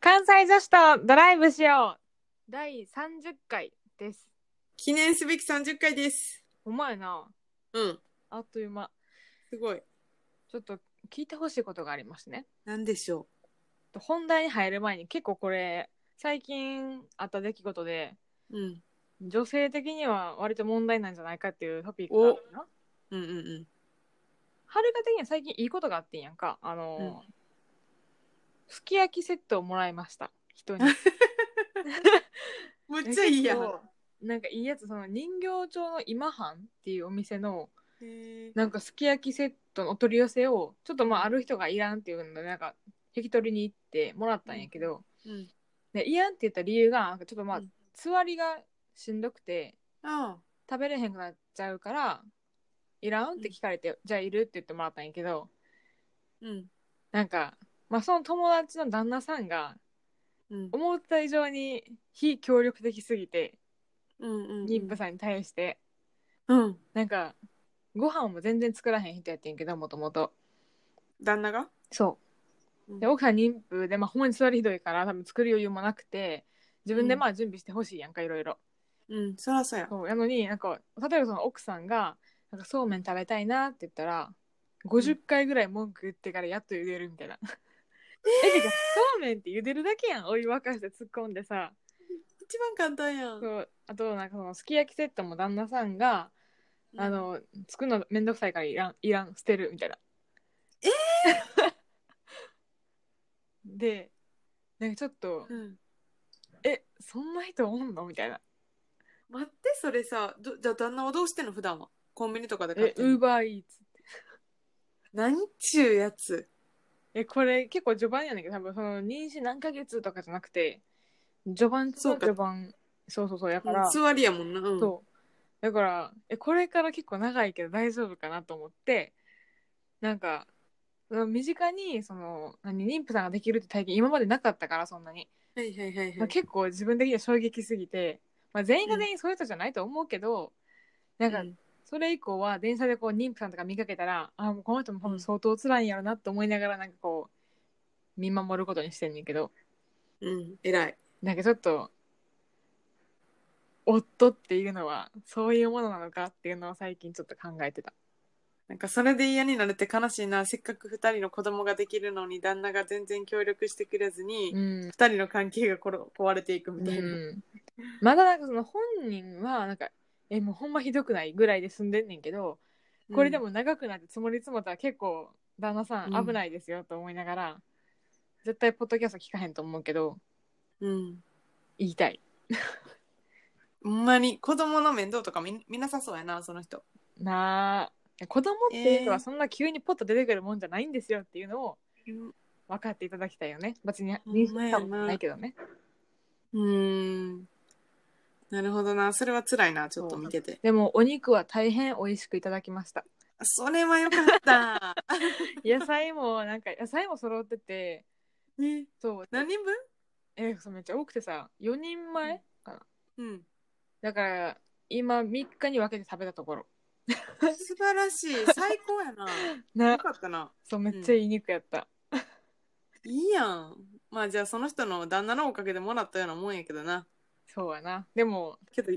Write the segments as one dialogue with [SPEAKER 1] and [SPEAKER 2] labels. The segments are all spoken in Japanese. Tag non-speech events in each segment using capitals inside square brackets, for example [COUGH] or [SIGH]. [SPEAKER 1] 関西女子とドライブしよう第30回です
[SPEAKER 2] 記念すべき30回です。
[SPEAKER 1] お前な
[SPEAKER 2] うん。
[SPEAKER 1] あっという間
[SPEAKER 2] すごい。
[SPEAKER 1] ちょっと聞いてほしいことがありましてね
[SPEAKER 2] なんでしょ
[SPEAKER 1] 本題に入る前に結構これ最近あった出来事で
[SPEAKER 2] う。うん。
[SPEAKER 1] 女性的には割と問題なんじゃないかっていうトピックがあるな
[SPEAKER 2] うんうんうん。
[SPEAKER 1] はるか的には最近いいことがあってんやんかあのー、すき焼きセットをもらいました人に
[SPEAKER 2] むっちゃいいやん。
[SPEAKER 1] 結構なんかいいやつその人形町の今半っていうお店の
[SPEAKER 2] へー
[SPEAKER 1] なんかすき焼きセットのお取り寄せをちょっとまあある人がいらんっていうのでなんか引き取りに行ってもらったんやけど、
[SPEAKER 2] うん。
[SPEAKER 1] でいらんって言った理由がなんかちょっとまあ、
[SPEAKER 2] うん
[SPEAKER 1] 座りがしんどくて
[SPEAKER 2] あ
[SPEAKER 1] 食べれへんくなっちゃうからいらんって聞かれて、じゃあいるって言ってもらったんやけど
[SPEAKER 2] うん。
[SPEAKER 1] なんか、まあ、その友達の旦那さんが
[SPEAKER 2] うん。
[SPEAKER 1] 思った以上に非協力的すぎて
[SPEAKER 2] うんうん。
[SPEAKER 1] 妊婦さんに対して、
[SPEAKER 2] うん。
[SPEAKER 1] なんかご飯も全然作らへん人やってんけどもともと。
[SPEAKER 2] 旦那が
[SPEAKER 1] そううんで奥さん妊婦で、まあ、ほんまに座りひどいから多分作る余裕もなくて自分でまあ準備してほしいやんかいろいろ
[SPEAKER 2] うん。そらそや。
[SPEAKER 1] そうやのになんか例えばその奥さんがなんかそうめん食べたいなって言ったら50回ぐらい文句言ってからやっと茹でるみたいな。 [LAUGHS] えてかそうめんって茹でるだけやんお湯沸かして突っ込んでさ
[SPEAKER 2] 一番簡単やん。
[SPEAKER 1] そうあとなんかそのすき焼きセットも旦那さんが、
[SPEAKER 2] うん
[SPEAKER 1] あ、の作るのめんどくさいからいらんいらん捨てるみたいな
[SPEAKER 2] え
[SPEAKER 1] ー、 [LAUGHS] でなんかちょっと
[SPEAKER 2] うん。
[SPEAKER 1] えそんな人おんのみたいな
[SPEAKER 2] 待って、それさ、どじゃあ旦那はどうしてんの普段は。コンビニとかで買っ
[SPEAKER 1] え
[SPEAKER 2] てん
[SPEAKER 1] ウー
[SPEAKER 2] の。
[SPEAKER 1] バーイーツ
[SPEAKER 2] 何ちゅうやつ。
[SPEAKER 1] えこれ結構序盤やねんけど多分その妊娠何ヶ月とかじゃなくて序盤中
[SPEAKER 2] そう
[SPEAKER 1] の
[SPEAKER 2] か
[SPEAKER 1] 序盤そうそうそうや
[SPEAKER 2] う
[SPEAKER 1] から、
[SPEAKER 2] ん座りやもんな。うん。
[SPEAKER 1] そうだからえこれから結構長いけど大丈夫かなと思ってなんかその身近にその何妊婦さんができるって体験今までなかったからそんなに、
[SPEAKER 2] はいはいはい
[SPEAKER 1] ま
[SPEAKER 2] は
[SPEAKER 1] あ、
[SPEAKER 2] い。
[SPEAKER 1] 結構自分的には衝撃すぎて、まあ、全員が全員そういう人じゃないと思うけど、なん
[SPEAKER 2] う
[SPEAKER 1] か
[SPEAKER 2] ん
[SPEAKER 1] それ以降は電車でこう妊婦さんとか見かけたらあもうこの人も多分相当辛いんやろなって思いながらなんかこう見守ることにしてんねんけど
[SPEAKER 2] うん。偉い。
[SPEAKER 1] なんかちょっと夫っていうのはそういうものなのかっていうのを最近ちょっと考えてた
[SPEAKER 2] なんかそれで嫌になるって悲しいな。せっかく二人の子供ができるのに旦那が全然協力してくれずに、
[SPEAKER 1] ん、
[SPEAKER 2] 二人の関係がころ壊れていくみたいな。
[SPEAKER 1] うん、まだなんかその本人はなんかえもうほんまひどくないぐらいで済んでんねんけどこれでも長くなって積もり積もったら結構旦那さ
[SPEAKER 2] うん
[SPEAKER 1] ん危ないですよと思いながら、絶対ポッドキャスト聞かへんと思うけど
[SPEAKER 2] うん、
[SPEAKER 1] 言いたい
[SPEAKER 2] ほんまに子供の面倒とか見見なさそうやなその人
[SPEAKER 1] なあ子供っていうの
[SPEAKER 2] えー
[SPEAKER 1] はそんな急にポッと出てくるもんじゃないんですよっていうのを
[SPEAKER 2] うん
[SPEAKER 1] 分かっていただきたいよね別に
[SPEAKER 2] ほん
[SPEAKER 1] 妊
[SPEAKER 2] ま
[SPEAKER 1] 娠
[SPEAKER 2] やな
[SPEAKER 1] 差もないけどね
[SPEAKER 2] んなるほどなそれは辛いなちょっと見てて
[SPEAKER 1] でもお肉は大変美味しくいただきました
[SPEAKER 2] それはよかった
[SPEAKER 1] [LAUGHS]
[SPEAKER 2] [LAUGHS]
[SPEAKER 1] 野菜もなんか野菜も揃ってて
[SPEAKER 2] え
[SPEAKER 1] そう
[SPEAKER 2] 何人分
[SPEAKER 1] えそうめっちゃ多くてさ4人前かな
[SPEAKER 2] うん
[SPEAKER 1] だから今3日に分けて食べたところ
[SPEAKER 2] 素晴らしい最高や [LAUGHS] なよ
[SPEAKER 1] な
[SPEAKER 2] かったな
[SPEAKER 1] そうめっちゃいい肉やった、
[SPEAKER 2] いいやんまあじゃあその人の旦那のおかげでもらったようなもんやけどな
[SPEAKER 1] そうやなでも
[SPEAKER 2] けど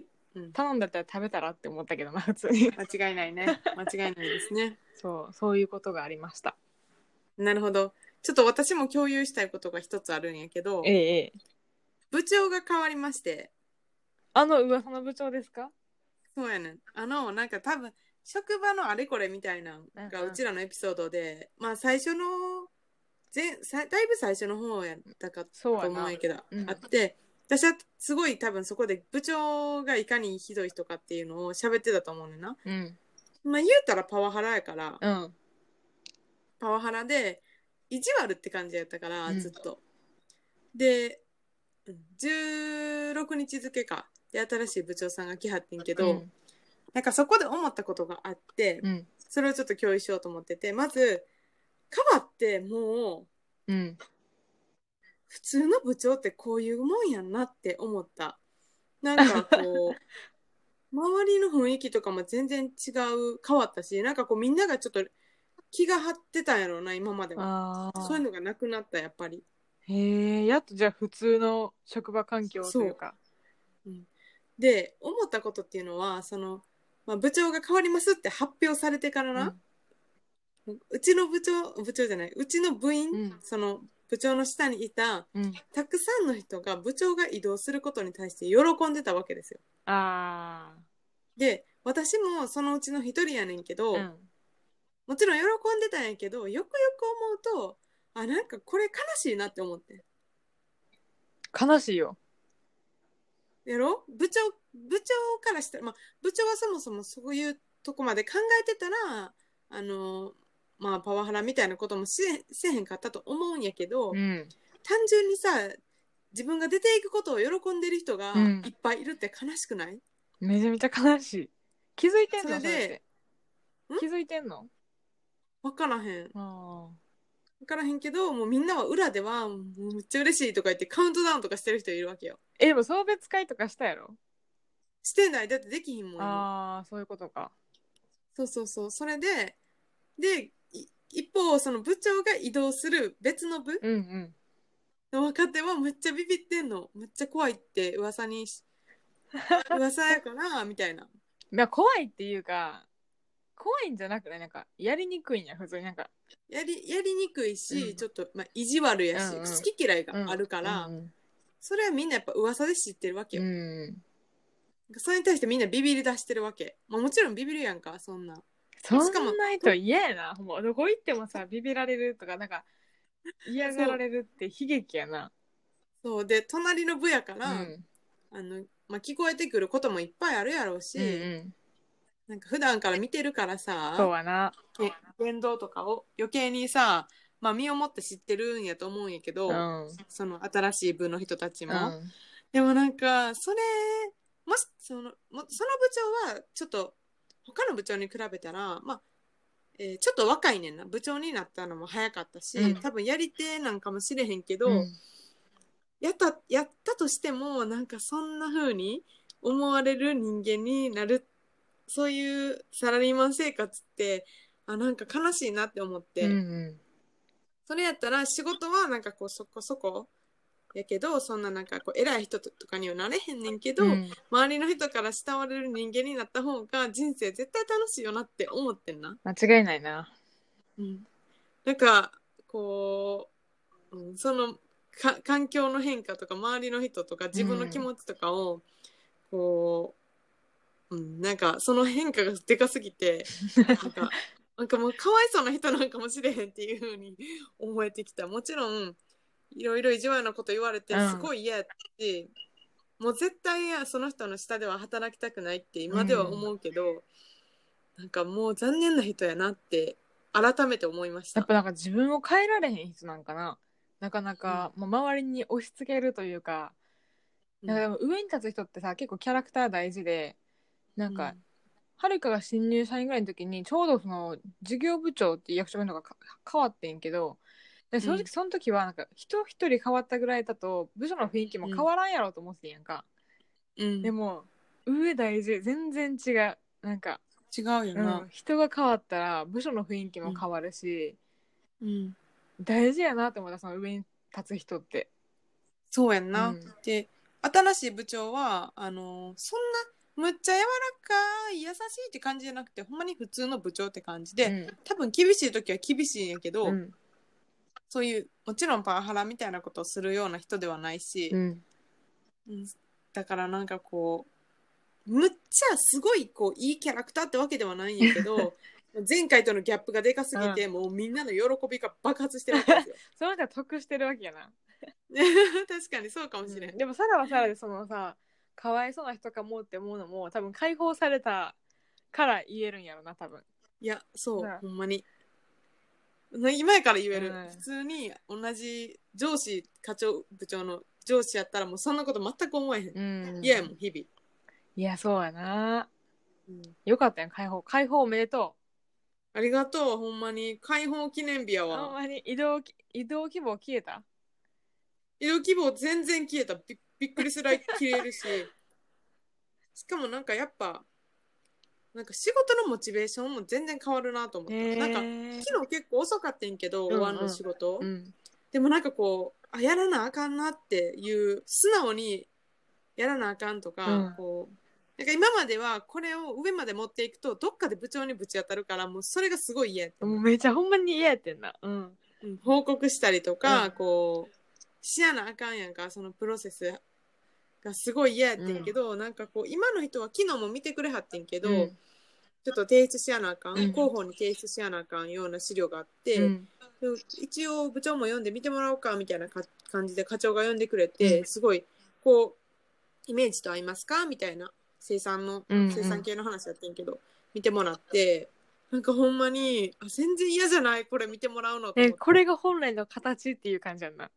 [SPEAKER 1] 頼んだったら食べたらって思ったけどな普 [LAUGHS] 通に
[SPEAKER 2] 間違いないね間違いないですね
[SPEAKER 1] そうそういうことがありました
[SPEAKER 2] なるほどちょっと私も共有したいことが一つあるんやけど
[SPEAKER 1] ええええ
[SPEAKER 2] 部長が変わりまして
[SPEAKER 1] あの噂の部長ですか
[SPEAKER 2] そうやねん。あの、なんか多分、職場のあれこれみたいなのが
[SPEAKER 1] うんうん
[SPEAKER 2] うちらのエピソードで、まあ最初の、前さだいぶ最初の方やったかと
[SPEAKER 1] そうや
[SPEAKER 2] 思
[SPEAKER 1] な
[SPEAKER 2] うんやけど、
[SPEAKER 1] うん
[SPEAKER 2] あって、私はすごい多分そこで部長がいかにひどい人かっていうのを喋ってたと思うねんな。
[SPEAKER 1] うん
[SPEAKER 2] まあ言うたらパワハラやから、
[SPEAKER 1] うん
[SPEAKER 2] パワハラで、意地悪って感じやったから、
[SPEAKER 1] うん
[SPEAKER 2] ずっと。で、16日付か。で、新しい部長さんが来はってんけど、
[SPEAKER 1] うん
[SPEAKER 2] なんかそこで思ったことがあって、
[SPEAKER 1] うん
[SPEAKER 2] それをちょっと共有しようと思ってて、まず、カバっても
[SPEAKER 1] う
[SPEAKER 2] う、
[SPEAKER 1] ん
[SPEAKER 2] 普通の部長ってこういうもんやんなって思った。なんかこ
[SPEAKER 1] [LAUGHS]
[SPEAKER 2] う、周りの雰囲気とかも全然違う、変わったし、なんかこうみんながちょっと気が張ってたんやろうな、今までは。
[SPEAKER 1] ああ
[SPEAKER 2] そういうのがなくなった、やっぱり。
[SPEAKER 1] へえやっとじゃあ普通の職場環境というか
[SPEAKER 2] で思ったことっていうのはその、まあ、部長が変わりますって発表されてからな、うちの部長部長じゃないうちの部員、
[SPEAKER 1] うん
[SPEAKER 2] その部長の下にいた
[SPEAKER 1] うん、
[SPEAKER 2] たくさんの人が部長が移動することに対して喜んでたわけですよ。
[SPEAKER 1] ああ
[SPEAKER 2] で私もそのうちの一人やねんけど、
[SPEAKER 1] うん
[SPEAKER 2] もちろん喜んでたんやけどよくよく思うとあなんかこれ悲しいなって思って
[SPEAKER 1] 悲しいよ
[SPEAKER 2] やろ部長部長からしたら、まあ、部長はそもそもそういうとこまで考えてたらあのまあパワハラみたいなこともしせえへんかったと思うんやけど、
[SPEAKER 1] うん
[SPEAKER 2] 単純にさ自分が出ていくことを喜んでる人が
[SPEAKER 1] うん
[SPEAKER 2] いっぱいいるって悲しくない、
[SPEAKER 1] めちゃめちゃ悲しい気づいてんの
[SPEAKER 2] そ
[SPEAKER 1] そ
[SPEAKER 2] れ
[SPEAKER 1] れっ
[SPEAKER 2] で
[SPEAKER 1] て気づいてんの
[SPEAKER 2] 分からへん
[SPEAKER 1] あ
[SPEAKER 2] 分からへんけどもうみんなは裏ではもうめっちゃ嬉しいとか言ってカウントダウンとかしてる人いるわけよ
[SPEAKER 1] えでも送別会とかしたやろ
[SPEAKER 2] してないだってできひんもん今
[SPEAKER 1] ああそういうことか
[SPEAKER 2] そうそうそう。それで、で、い一方、その部長が移動する別の部
[SPEAKER 1] うんうん
[SPEAKER 2] の若手はめっちゃビビってんの。めっちゃ怖いって噂に
[SPEAKER 1] [LAUGHS]
[SPEAKER 2] し、噂やから、みたいな。
[SPEAKER 1] まあ怖いっていうか怖いんじゃなくてなんかやりにくいんや普通になんか
[SPEAKER 2] やり、やりにくいし、
[SPEAKER 1] うん
[SPEAKER 2] ちょっと、まあ、意地悪やし、
[SPEAKER 1] うんうん
[SPEAKER 2] 好き嫌いがあるから、
[SPEAKER 1] うん
[SPEAKER 2] それはみんなやっぱ噂で知ってるわけ
[SPEAKER 1] う
[SPEAKER 2] よ。
[SPEAKER 1] ん
[SPEAKER 2] それに対してみんなビビり出してるわけ。まあ、もちろんビビるやんか、そんな。
[SPEAKER 1] そ
[SPEAKER 2] しかも
[SPEAKER 1] んな人嫌やなもうどこ行ってもさビビられるとかなんか嫌がられるって悲劇やな
[SPEAKER 2] そう。で、隣の部やか
[SPEAKER 1] う
[SPEAKER 2] ら、
[SPEAKER 1] ん
[SPEAKER 2] あの、まあ、聞こえてくることもいっぱいあるやろうし、
[SPEAKER 1] うんうん
[SPEAKER 2] なんか普段から見てるからさ、
[SPEAKER 1] そうはな
[SPEAKER 2] え言動とかを余計にさ、まあ、身をもって知ってるんやと思うんやけど、
[SPEAKER 1] うん
[SPEAKER 2] その新しい部の人たち
[SPEAKER 1] う
[SPEAKER 2] も、
[SPEAKER 1] ん
[SPEAKER 2] でもなんかそれもしそのもその部長はちょっと他の部長に比べたら、まあえーちょっと若いねんな部長になったのも早かったし、
[SPEAKER 1] うん
[SPEAKER 2] 多分やり手なんかもしれへんけど、
[SPEAKER 1] うん
[SPEAKER 2] やったやったとしてもなんかそんな風に思われる人間になるそういうサラリーマン生活ってあなんか悲しいなって思って、
[SPEAKER 1] うんうん
[SPEAKER 2] それやったら仕事はなんかこうそこそこやけどそんななんかこう偉い人とかにはなれへんねんけど、
[SPEAKER 1] うん
[SPEAKER 2] 周りの人から慕われる人間になった方が人生絶対楽しいよなって思ってんな。
[SPEAKER 1] 間違いないな
[SPEAKER 2] うん、なんかこう、うん、そのか環境の変化とか周りの人とか自分の気持ちとかを、こう、うん、なんかその変化がでかすぎてなんかなんかもうかわいそうな人なんかもしれへんっていうふうに思えてきたもちろんいろいろ意地悪なこと言われて
[SPEAKER 1] うん
[SPEAKER 2] すごい嫌やったし、もう絶対その人の下では働きたくないって今では思うけど、なんかもう残念な人やなって改めて思いまし。
[SPEAKER 1] やったぱなんか自分を変えられへん人なんかななかなか、まあ、周りに押し付けるというかなんかでも上に立つ人ってさ結構キャラクター大事でなんか、はるかが新入社員ぐらいの時にちょうどその事業部長っていう役職の人がか変わってんけどで正
[SPEAKER 2] うん
[SPEAKER 1] 直その時はなんか人一人変わったぐらいだと部署の雰囲気も変わらんやろうと思ってんやんか、
[SPEAKER 2] うん、うん
[SPEAKER 1] でも上大事全然違うなんか、
[SPEAKER 2] 違うよな、
[SPEAKER 1] うん人が変わったら部署の雰囲気も変わるし、
[SPEAKER 2] うん
[SPEAKER 1] 大事やなって思ったその上に立つ人って。
[SPEAKER 2] そうやんな、
[SPEAKER 1] うん
[SPEAKER 2] で新しい部長はあのーそんなむっちゃ柔らかい優しいって感じじゃなくてほんまに普通の部長って感じで、
[SPEAKER 1] うん
[SPEAKER 2] 多分厳しい時は厳しいんやけど、
[SPEAKER 1] うん
[SPEAKER 2] そういうもちろんパワハラみたいなことをするような人ではないし、
[SPEAKER 1] うん
[SPEAKER 2] うんだからなんかこうむっちゃすごいこういいキャラクターってわけではないんやけど [LAUGHS] 前回とのギャップがでかすぎて、もうみんなの喜びが爆発してるわけですよ。
[SPEAKER 1] その人は得してるわけやな、
[SPEAKER 2] [LAUGHS] 確かにそうかもしれん。
[SPEAKER 1] でもサラはサラでそのさかわいそうな人かもって思うのも多分解放されたから言えるんやろな多分
[SPEAKER 2] いや、そう、
[SPEAKER 1] うん
[SPEAKER 2] ほんまに。な今やから言える、
[SPEAKER 1] うん
[SPEAKER 2] 普通に同じ上司、課長、部長の上司やったら、もうそんなこと全く思えへん。
[SPEAKER 1] うん
[SPEAKER 2] 嫌やもん、日
[SPEAKER 1] いやそうやな
[SPEAKER 2] 々、うん
[SPEAKER 1] よかったやん解放解放おめでと
[SPEAKER 2] ありがとう、ほんまに。解放記念日や
[SPEAKER 1] うほん
[SPEAKER 2] わ。
[SPEAKER 1] まに移動き移動希望消えた
[SPEAKER 2] 移動希望全然消えた。びびっくりするらい消
[SPEAKER 1] [LAUGHS]
[SPEAKER 2] えるし。しかもなんかやっぱ、なんか仕事のモチベーションも全然変わるなと思った。なんか
[SPEAKER 1] ん
[SPEAKER 2] 昨日結構遅かったんけど、
[SPEAKER 1] うんうん
[SPEAKER 2] 終わんの仕事。
[SPEAKER 1] うん
[SPEAKER 2] でもなんかこうあやらなあかんなっていう素直にやらなあかんとか、
[SPEAKER 1] うん
[SPEAKER 2] こうなんか今まではこれを上まで持っていくとどっかで部長にぶち当たるからもうそれがすごい嫌やって
[SPEAKER 1] もうめちゃほんまに嫌やってんな。うん。
[SPEAKER 2] うん報告したりとか、
[SPEAKER 1] うん
[SPEAKER 2] こうしやなあかんやんかそのプロセスがすごい嫌やってんけど、なんかこう今の人は昨日も見てくれはってんけど、
[SPEAKER 1] うん
[SPEAKER 2] ちょっと提出しやなあかん、
[SPEAKER 1] うん
[SPEAKER 2] 広報に提出しやなあかんような資料があって、
[SPEAKER 1] うん
[SPEAKER 2] でも一応部長も読んで見てもらおうかみたいなか感じで課長が読んでくれて、
[SPEAKER 1] うん
[SPEAKER 2] すごいこうイメージと合いますかみたいな生産の、
[SPEAKER 1] うんうん
[SPEAKER 2] 生産系の話やってんけど見てもらってなんかほんまにあ全然嫌じゃないこれ見てもらうのと思っ
[SPEAKER 1] え、
[SPEAKER 2] て
[SPEAKER 1] これが本来の形っていう感じやんな。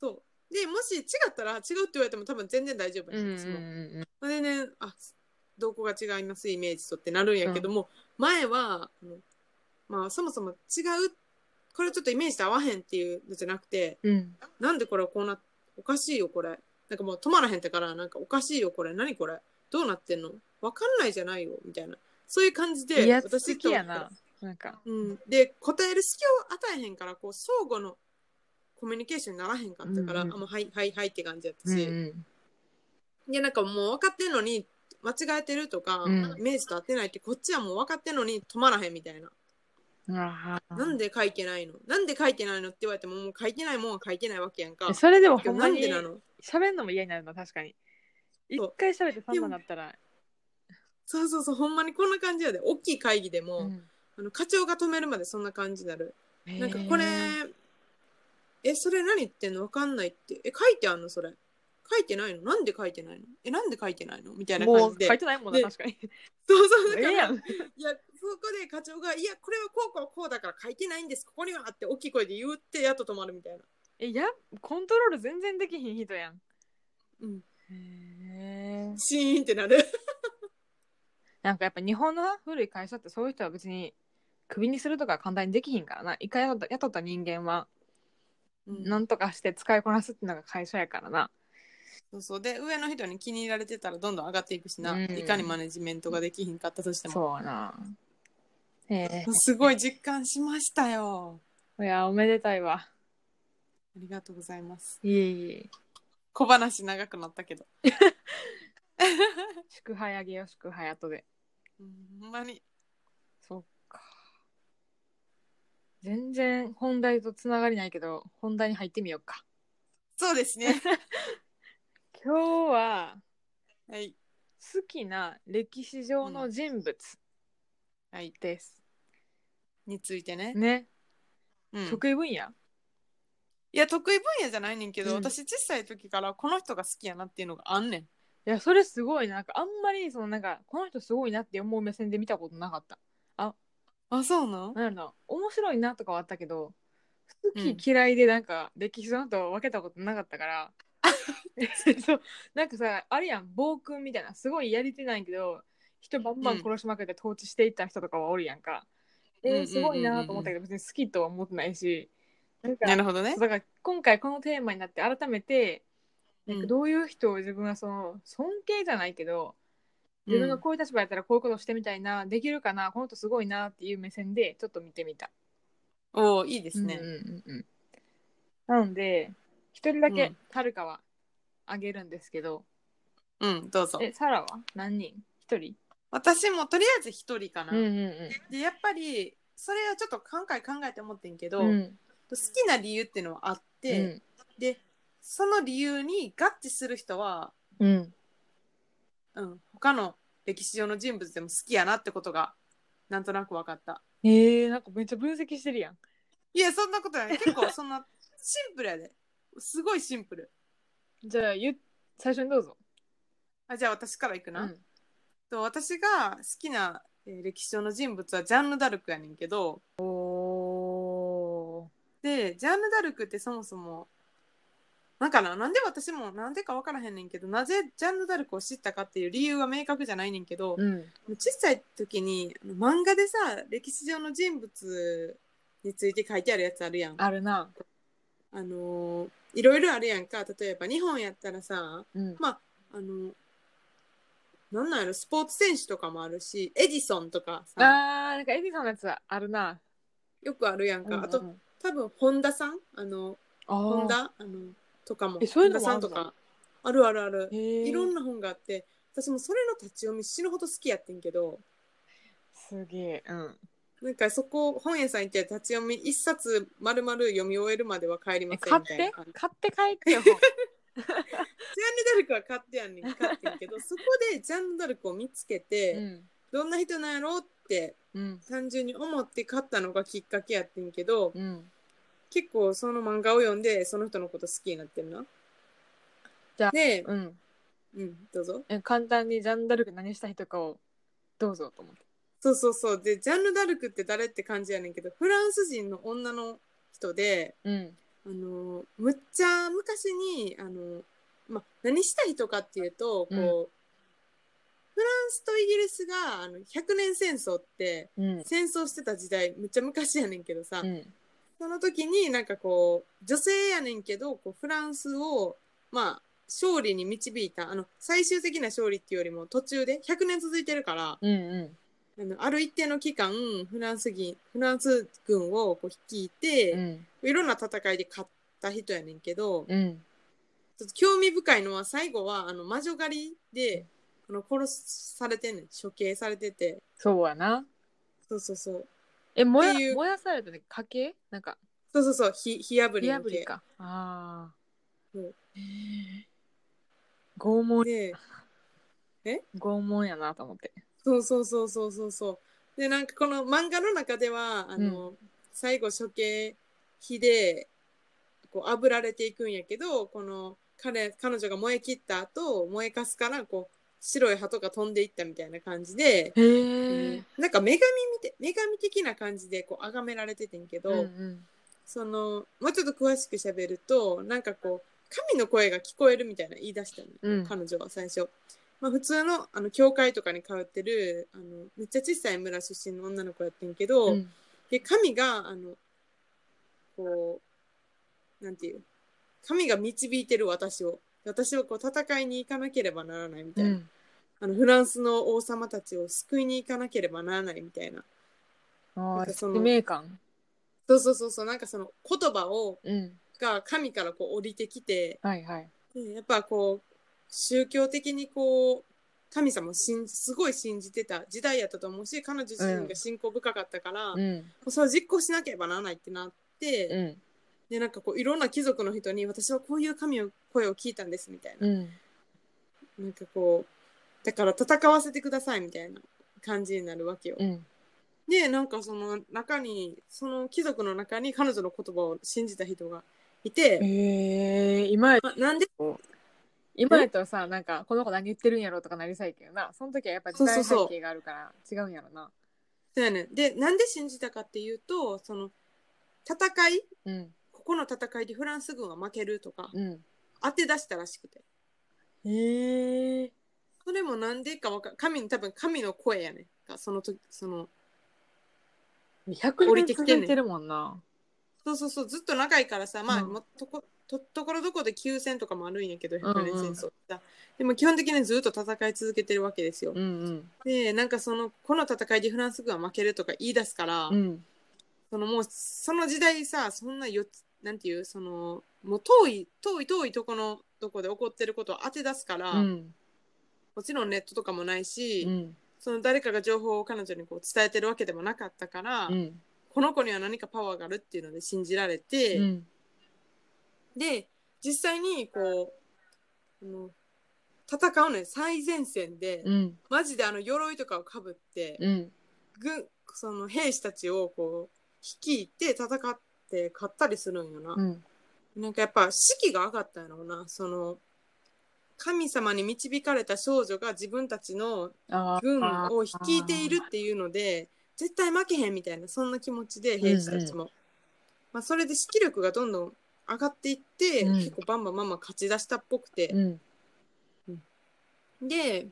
[SPEAKER 2] そうでもし違ったら違うって言われても多分全然大丈夫
[SPEAKER 1] う
[SPEAKER 2] なん
[SPEAKER 1] んう
[SPEAKER 2] で
[SPEAKER 1] ん
[SPEAKER 2] す
[SPEAKER 1] う
[SPEAKER 2] よ、
[SPEAKER 1] ん
[SPEAKER 2] それでねあどこが違いますイメージとってなるんやけども、前はあのまあそもそも違うこれちょっとイメージと合わへんっていうのじゃなくて、
[SPEAKER 1] うん。
[SPEAKER 2] なんでこれこうなおかしいよこれなんかもう止まらへんってからなんかおかしいよこれ何これどうなってんのわかんないじゃないよみたいなそういう感じで
[SPEAKER 1] 威圧的や
[SPEAKER 2] 私
[SPEAKER 1] な
[SPEAKER 2] と。
[SPEAKER 1] なんか。
[SPEAKER 2] うん、で答える隙を与えへんからこう相互のコミュニケーションにならへんかったから、
[SPEAKER 1] うんうん
[SPEAKER 2] あもうはいはいはいって感じやった
[SPEAKER 1] うん
[SPEAKER 2] し、
[SPEAKER 1] うん
[SPEAKER 2] でなんかもう分かってんのに間違えてるとか、
[SPEAKER 1] うん
[SPEAKER 2] イメージと合ってないってこっちはもう分かってんのに止まらへんみたいな
[SPEAKER 1] あー
[SPEAKER 2] なんで書いてないのなんで書いてないのって言われてももう書いてないもんは書いてないわけやんか
[SPEAKER 1] えそれでもほん
[SPEAKER 2] な
[SPEAKER 1] ま
[SPEAKER 2] んで
[SPEAKER 1] に
[SPEAKER 2] なの
[SPEAKER 1] 喋るのも嫌になるな、確かに。
[SPEAKER 2] そう
[SPEAKER 1] 一回喋ってそん
[SPEAKER 2] で
[SPEAKER 1] な
[SPEAKER 2] も
[SPEAKER 1] んだったら。
[SPEAKER 2] そうそうそう、ほんまにこんな感じやで。大きい会議でも、
[SPEAKER 1] うん
[SPEAKER 2] あの課長が止めるまでそんな感じになる。なんかこれ
[SPEAKER 1] へー、
[SPEAKER 2] え、それ何言ってんのわかんないって。え、書いてあんのそれ。書いてないのなんで書いてないのえ、なんで書いてないのみたいな
[SPEAKER 1] も
[SPEAKER 2] 感
[SPEAKER 1] う
[SPEAKER 2] じで。
[SPEAKER 1] 書いてないもんな、
[SPEAKER 2] で
[SPEAKER 1] 確かに。
[SPEAKER 2] そうそう、だ
[SPEAKER 1] え
[SPEAKER 2] か
[SPEAKER 1] え
[SPEAKER 2] ら、
[SPEAKER 1] やん。
[SPEAKER 2] いや、そこで課長が、いや、これはこうこうこうだから書いてないんです、ここにはって大きい声で言って、やっと止まるみたいな。
[SPEAKER 1] え、や、コントロール全然できひん人やん。
[SPEAKER 2] うん。
[SPEAKER 1] へー
[SPEAKER 2] シーンってなる。
[SPEAKER 1] なんかやっぱ日本の古い会社ってそういう人は別にクビにするとか簡単にできひんからな一回雇った雇った人間は
[SPEAKER 2] うん
[SPEAKER 1] 何とかして使いこなすってのが会社やからな
[SPEAKER 2] そうそう。で、上の人に気に入られてたらどんどん上がっていくしな。
[SPEAKER 1] うん
[SPEAKER 2] いかにマネジメントができひんかったとしても。
[SPEAKER 1] そうやなえ
[SPEAKER 2] すごい実感しましたよ。
[SPEAKER 1] えいやおめでたいわ
[SPEAKER 2] ありがとうございます。
[SPEAKER 1] いえいえ
[SPEAKER 2] 小話長くなったけど。
[SPEAKER 1] 祝杯あげよう祝杯後で
[SPEAKER 2] うんほんまに。
[SPEAKER 1] そっか全然本題とつながりないけど本題に入ってみようか
[SPEAKER 2] そうですね。
[SPEAKER 1] 今日は
[SPEAKER 2] はい。
[SPEAKER 1] 好きな歴史上の人物
[SPEAKER 2] はい。
[SPEAKER 1] です、
[SPEAKER 2] についてね。
[SPEAKER 1] ね、
[SPEAKER 2] うん、
[SPEAKER 1] 得意分野
[SPEAKER 2] いや、得意分野じゃないねんけど、
[SPEAKER 1] うん
[SPEAKER 2] 私小さい時からこの人が好きやなっていうのがあんねん。
[SPEAKER 1] いやそれすごいななんかあんまりそのなんかこの人すごいなって思う目線で見たことなかった
[SPEAKER 2] あ、そうなん
[SPEAKER 1] なんやろな面白いなとかはあったけど好
[SPEAKER 2] うん
[SPEAKER 1] き嫌いでなんか歴史のと分けたことなかったから、
[SPEAKER 2] [LAUGHS]
[SPEAKER 1] そうなんかさあれやん暴君みたいなすごいやりてないけど人バンバン殺しまくって統治していった人とかはおるやんか、
[SPEAKER 2] うん
[SPEAKER 1] えーすごいなと思ったけど別に好きとは思ってないしなんか
[SPEAKER 2] なるほどね
[SPEAKER 1] そう。だから今回このテーマになって改めてなん
[SPEAKER 2] う
[SPEAKER 1] か
[SPEAKER 2] ん
[SPEAKER 1] どういう人を自分はその尊敬じゃないけど、自分がこういう立場やったらこういうことしてみたいな、できるかなこの人すごいなっていう目線でちょっと見てみた
[SPEAKER 2] うんおーいい
[SPEAKER 1] で
[SPEAKER 2] で
[SPEAKER 1] す
[SPEAKER 2] ね。
[SPEAKER 1] なので一人だ
[SPEAKER 2] う
[SPEAKER 1] け
[SPEAKER 2] ん
[SPEAKER 1] はるかはあげるんですけど、
[SPEAKER 2] うん、どうぞ。
[SPEAKER 1] えサラは何人一人
[SPEAKER 2] 私もとりあえず一人かな。
[SPEAKER 1] うん
[SPEAKER 2] で、やっぱり、それをちょっと今回考えて思ってんけど、
[SPEAKER 1] うんう
[SPEAKER 2] 好
[SPEAKER 1] ん
[SPEAKER 2] きな理由っていうのはあって、でその理由に合致する人は、
[SPEAKER 1] うんうん
[SPEAKER 2] うん、他の歴史上の人物でも好きやなってことがなんとなく分かった
[SPEAKER 1] えー、なんかめっちゃ分析してるやん
[SPEAKER 2] いやそんなことない結構そんなシンプルやですごいシンプル
[SPEAKER 1] じゃあゆ最初にどうぞ
[SPEAKER 2] あじゃあ私からいくな、
[SPEAKER 1] うん
[SPEAKER 2] と私が好きな、えー歴史上の人物はジャンヌ・ダルクやねんけど
[SPEAKER 1] お
[SPEAKER 2] でジャンヌ・ダルクってそもそもなんかななんで私もなんでか分からへんねんけどなぜジャンヌ・ダルクを知ったかっていう理由は明確じゃないねんけど、
[SPEAKER 1] うん
[SPEAKER 2] 小さい時にあの漫画でさ歴史上の人物について書いてあるやつあるやん。あ
[SPEAKER 1] あるな
[SPEAKER 2] のーいろいろあるやんか例えば日本やったらさ
[SPEAKER 1] うん
[SPEAKER 2] あのなんなんやろスポーツ選手とかもあるしエジソンとか
[SPEAKER 1] あー
[SPEAKER 2] さ
[SPEAKER 1] なんかエディさんのやつはあるな
[SPEAKER 2] よくあるやんか、あと
[SPEAKER 1] うん
[SPEAKER 2] 多分本田さんあの
[SPEAKER 1] あ
[SPEAKER 2] 本
[SPEAKER 1] あ。
[SPEAKER 2] 田あのとかも
[SPEAKER 1] えそういうのも
[SPEAKER 2] 本田さんとかあるあるある
[SPEAKER 1] い
[SPEAKER 2] いろんな本があって私もそれの立ち読み死ぬほど好きやってんけど
[SPEAKER 1] すげえ。うん。
[SPEAKER 2] なんかそこ本屋さん行って立ち読み一冊まるまる読み終えるまでは帰りま
[SPEAKER 1] え
[SPEAKER 2] せん
[SPEAKER 1] 買
[SPEAKER 2] み
[SPEAKER 1] った
[SPEAKER 2] いな
[SPEAKER 1] て
[SPEAKER 2] 感じ
[SPEAKER 1] 買って帰ってよ。
[SPEAKER 2] ジャンヌ・ダルクは買ってやんねん買ってんけどそこでジャンヌ・ダルクを見つけて、
[SPEAKER 1] [LAUGHS] うん。
[SPEAKER 2] どんな人なんやろうって
[SPEAKER 1] うん。
[SPEAKER 2] 単純に思って買ったのがきっかけやってんけど、
[SPEAKER 1] うん。
[SPEAKER 2] 結構その漫画を読んでその人のこと好きになってるな。
[SPEAKER 1] じゃあ
[SPEAKER 2] で、
[SPEAKER 1] うん。
[SPEAKER 2] うん、どうぞ。
[SPEAKER 1] え簡単にジャンダルク何したいとかをどうぞと思って。
[SPEAKER 2] そうそうそう。で、ジャンヌ・ダルクって誰って感じやねんけど、フランス人の女の人で、
[SPEAKER 1] うん。
[SPEAKER 2] あの、むっちゃ昔に、あの、ま、何したいとかっていうと、こう、
[SPEAKER 1] うん
[SPEAKER 2] フランスとイギリスがあの100年戦争って
[SPEAKER 1] うん。
[SPEAKER 2] 戦争してた時代、むっちゃ昔やねんけどさ、
[SPEAKER 1] うん。
[SPEAKER 2] その時になんかこう女性やねんけどこうフランスをまあ勝利に導いたあの最終的な勝利っていうよりも途中で100年続いてるから
[SPEAKER 1] うん。う
[SPEAKER 2] あのある一定の期間フランス軍フランス軍をこう率いて、
[SPEAKER 1] ん。うん。
[SPEAKER 2] いろんな戦いで勝った人やねんけど、
[SPEAKER 1] うん。
[SPEAKER 2] ちょっと興味深いのは最後はあの魔女狩りであの殺されてんねん処刑されてて
[SPEAKER 1] そうやな。
[SPEAKER 2] そうそうそう
[SPEAKER 1] え、燃
[SPEAKER 2] っていう
[SPEAKER 1] や燃やされたね。家系なんか、
[SPEAKER 2] そうそうそう火火炙り
[SPEAKER 1] 火
[SPEAKER 2] の
[SPEAKER 1] 破
[SPEAKER 2] 刑
[SPEAKER 1] りか。ああ
[SPEAKER 2] そう。
[SPEAKER 1] へえ拷問、
[SPEAKER 2] で
[SPEAKER 1] 拷問やなと思って。
[SPEAKER 2] そうそうそうそうそうそう。でなんかこの漫画の中ではあの、最後処刑火でこう炙られていくんやけどこの彼彼女が燃え切った後燃えかすからこう白い鳩が飛んでいったみたいな感じで、
[SPEAKER 1] へえ。
[SPEAKER 2] なんか女神みて女神的な感じでこう崇められててんけど、
[SPEAKER 1] うんうん。
[SPEAKER 2] そのもうちょっと詳しく喋るとなんかこう神の声が聞こえるみたいな言い出したのよ、
[SPEAKER 1] うん
[SPEAKER 2] 彼女は最初、まあ、普通のあの教会とかに通ってるあのめっちゃ小さい村出身の女の子やってんけど、
[SPEAKER 1] うん
[SPEAKER 2] で神があのこうなんていう神が導いてる私を私はこう戦いに行かなければならないみたいな、
[SPEAKER 1] うん
[SPEAKER 2] あのフランスの王様たちを救いに行かなければならないみたいな
[SPEAKER 1] あ
[SPEAKER 2] んか
[SPEAKER 1] あ、使
[SPEAKER 2] その
[SPEAKER 1] 命感。
[SPEAKER 2] そうそうそうそうなんかその言葉を
[SPEAKER 1] うん。
[SPEAKER 2] が神からこう降りてきて
[SPEAKER 1] はいはい。
[SPEAKER 2] うんやっぱこう宗教的にこう神様を信じすごい信じてた時代やったと思うし彼女自身が信仰深かったから、
[SPEAKER 1] うん。
[SPEAKER 2] それを実行しなければならないってなって、
[SPEAKER 1] うん。
[SPEAKER 2] でなんかこういろんな貴族の人に私はこういう神の声を聞いたんですみたいな、
[SPEAKER 1] うん。
[SPEAKER 2] なんかこうだから戦わせてくださいみたいな感じになるわけよ。
[SPEAKER 1] うん。
[SPEAKER 2] でなんかその中にその貴族の中に彼女の言葉を信じた人がいて、
[SPEAKER 1] ええ、今や、
[SPEAKER 2] あなんで
[SPEAKER 1] 今やったらさ、なんか、この子何言ってるんやろとかなりそうやけどな。その時はやっぱ時代背景があるから違うんやろな。
[SPEAKER 2] そうやねんでなんで信じたかっていうとその戦い
[SPEAKER 1] うん。
[SPEAKER 2] ここの戦いでフランス軍は負けるとか
[SPEAKER 1] うん。
[SPEAKER 2] 当て出したらしくて
[SPEAKER 1] ええ。
[SPEAKER 2] それもなんでかわかん神の多分神の声やねんかその時その降
[SPEAKER 1] 100
[SPEAKER 2] りて
[SPEAKER 1] 年
[SPEAKER 2] きてんねん
[SPEAKER 1] 続いてるもんな。
[SPEAKER 2] そうそうそうずっと長いからさまあ、
[SPEAKER 1] うん
[SPEAKER 2] もうとことところどころで休戦とかもあるんやけど
[SPEAKER 1] ん
[SPEAKER 2] 100年戦争ってさ、でも基本的にずっと戦い続けてるわけですよ、
[SPEAKER 1] うん
[SPEAKER 2] でなんかそのこの戦いでフランス軍は負けるとか言い出すから、
[SPEAKER 1] うん。うん。
[SPEAKER 2] そのもうその時代さそんなよなんていうそのもう遠い遠い遠いとこのどこで起こってることを当て出すから、
[SPEAKER 1] うん。
[SPEAKER 2] もちろんネットとかもないし、
[SPEAKER 1] うん。
[SPEAKER 2] その誰かが情報を彼女にこう伝えてるわけでもなかったから、
[SPEAKER 1] うん。
[SPEAKER 2] この子には何かパワーがあるっていうので信じられて、
[SPEAKER 1] うん。
[SPEAKER 2] で実際にこうあの戦うのよ最前線で、
[SPEAKER 1] うん。
[SPEAKER 2] マジであの鎧とかをかぶって、
[SPEAKER 1] うん。
[SPEAKER 2] 軍その兵士たちをこう率いて戦って勝ったりするんよな。
[SPEAKER 1] うん。
[SPEAKER 2] なんかやっぱ士気が上がったんやろうなその神様に導かれた少女が自分たちの
[SPEAKER 1] あ
[SPEAKER 2] 軍
[SPEAKER 1] あ。
[SPEAKER 2] を率いているっていうので絶対負けへんみたいなそんな気持ちで兵士たちも、まあ、それで士気力がどんどん上がっていって、
[SPEAKER 1] うん
[SPEAKER 2] 結構バンバンバンバン勝ち出したっぽくて
[SPEAKER 1] う、ん。
[SPEAKER 2] で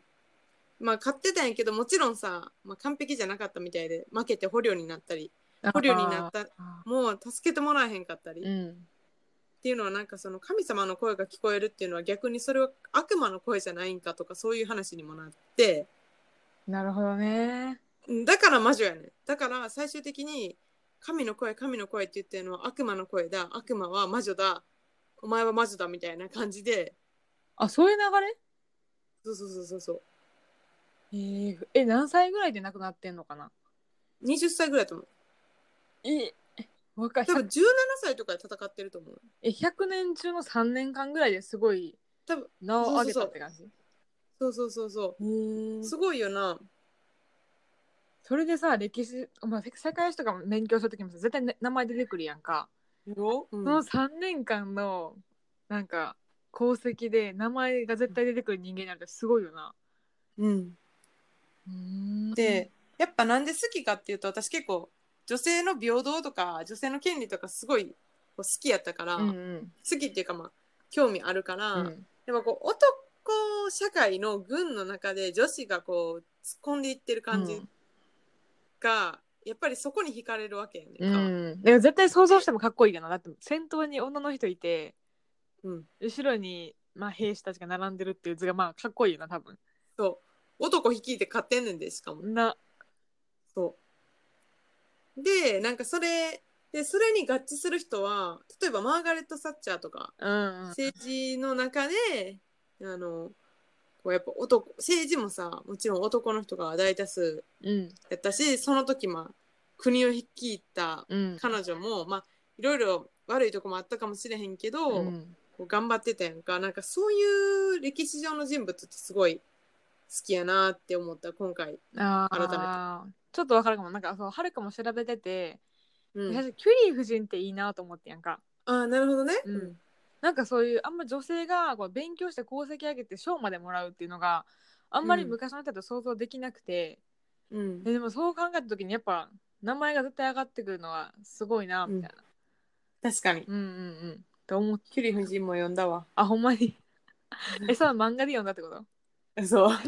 [SPEAKER 2] まあ勝ってたんやけどもちろんさ、まあ、完璧じゃなかったみたいで負けて捕虜になったり捕虜になった
[SPEAKER 1] あ
[SPEAKER 2] もう助けてもらえへんかったり
[SPEAKER 1] ー。うん。
[SPEAKER 2] っていうのはなんかその神様の声が聞こえるっていうのは逆にそれは悪魔の声じゃないんかとかそういう話にもなって
[SPEAKER 1] なるほどね。
[SPEAKER 2] うんだから魔女やねんだから最終的に神の声神の声って言ってるのは悪魔の声だ悪魔は魔女だお前は魔女だみたいな感じで
[SPEAKER 1] あそういう流れ
[SPEAKER 2] そうそうそうそうそう
[SPEAKER 1] えーえ何歳ぐらいで亡くなってんのかな
[SPEAKER 2] 20歳ぐらいだと思う
[SPEAKER 1] え若い
[SPEAKER 2] 多分17歳とかで戦ってると思う
[SPEAKER 1] え100年中の3年間ぐらいですごい
[SPEAKER 2] 多分
[SPEAKER 1] 名を上げたって感じ
[SPEAKER 2] そうそうそうそ
[SPEAKER 1] へ
[SPEAKER 2] う
[SPEAKER 1] ー
[SPEAKER 2] すごいよな
[SPEAKER 1] それでさ歴史、まあ、世世界史とかも勉強した時もさ絶対ね、名前出てくるやんか、
[SPEAKER 2] よ、うん
[SPEAKER 1] その3年間のなんか功績で名前が絶対出てくる人間になるってすごいよな
[SPEAKER 2] うん、
[SPEAKER 1] うん
[SPEAKER 2] でやっぱなんで好きかっていうと私結構女性の平等とか女性の権利とかすごいこう好きやったから、
[SPEAKER 1] うんうん
[SPEAKER 2] 好きっていうかまあ興味あるから、
[SPEAKER 1] うん
[SPEAKER 2] やっぱこう男社会の軍の中で女子がこう突っ込んでいってる感じが、やっぱりそこに惹かれるわけやね
[SPEAKER 1] うん
[SPEAKER 2] か、
[SPEAKER 1] ん、だから絶対想像してもかっこいいよなだって先頭に女の人いて
[SPEAKER 2] うん
[SPEAKER 1] 後ろに、まあ、兵士たちが並んでるっていう図がまあかっこいいよな多分
[SPEAKER 2] そう男率いて勝ってんねんでしかも
[SPEAKER 1] な
[SPEAKER 2] そうでなんかそれでそれに合致する人は例えばマーガレット・サッチャーとか
[SPEAKER 1] うんうん
[SPEAKER 2] 政治の中であのこうやっぱ男政治もさもちろん男の人が大多数
[SPEAKER 1] うん
[SPEAKER 2] やったしその時まあ国を率いた
[SPEAKER 1] うん
[SPEAKER 2] 彼女もまあいろいろ悪いとこもあったかもしれへんけど、
[SPEAKER 1] うん
[SPEAKER 2] こう頑張ってたやんかなんかそういう歴史上の人物ってすごい好きやなって思った今回、
[SPEAKER 1] あ
[SPEAKER 2] 改めて
[SPEAKER 1] あちょっとわかるかもなんかそうはるかも調べてて、
[SPEAKER 2] うん
[SPEAKER 1] 私キュリー夫人っていいなと思ってやんか
[SPEAKER 2] ああなるほどね、
[SPEAKER 1] うんなんかそういうあんま女性がこう勉強して功績上げて賞までもらうっていうのがあんまり昔の人だと想像できなくて、
[SPEAKER 2] うん
[SPEAKER 1] ででもそう考えた時にやっぱ名前が絶対上がってくるのはすごいなみたいな、
[SPEAKER 2] 確かに
[SPEAKER 1] うん、うんうんって思って
[SPEAKER 2] キュリー夫人も読んだわ
[SPEAKER 1] あほんまに [LAUGHS] えその漫画で読んだってこと
[SPEAKER 2] [LAUGHS] そう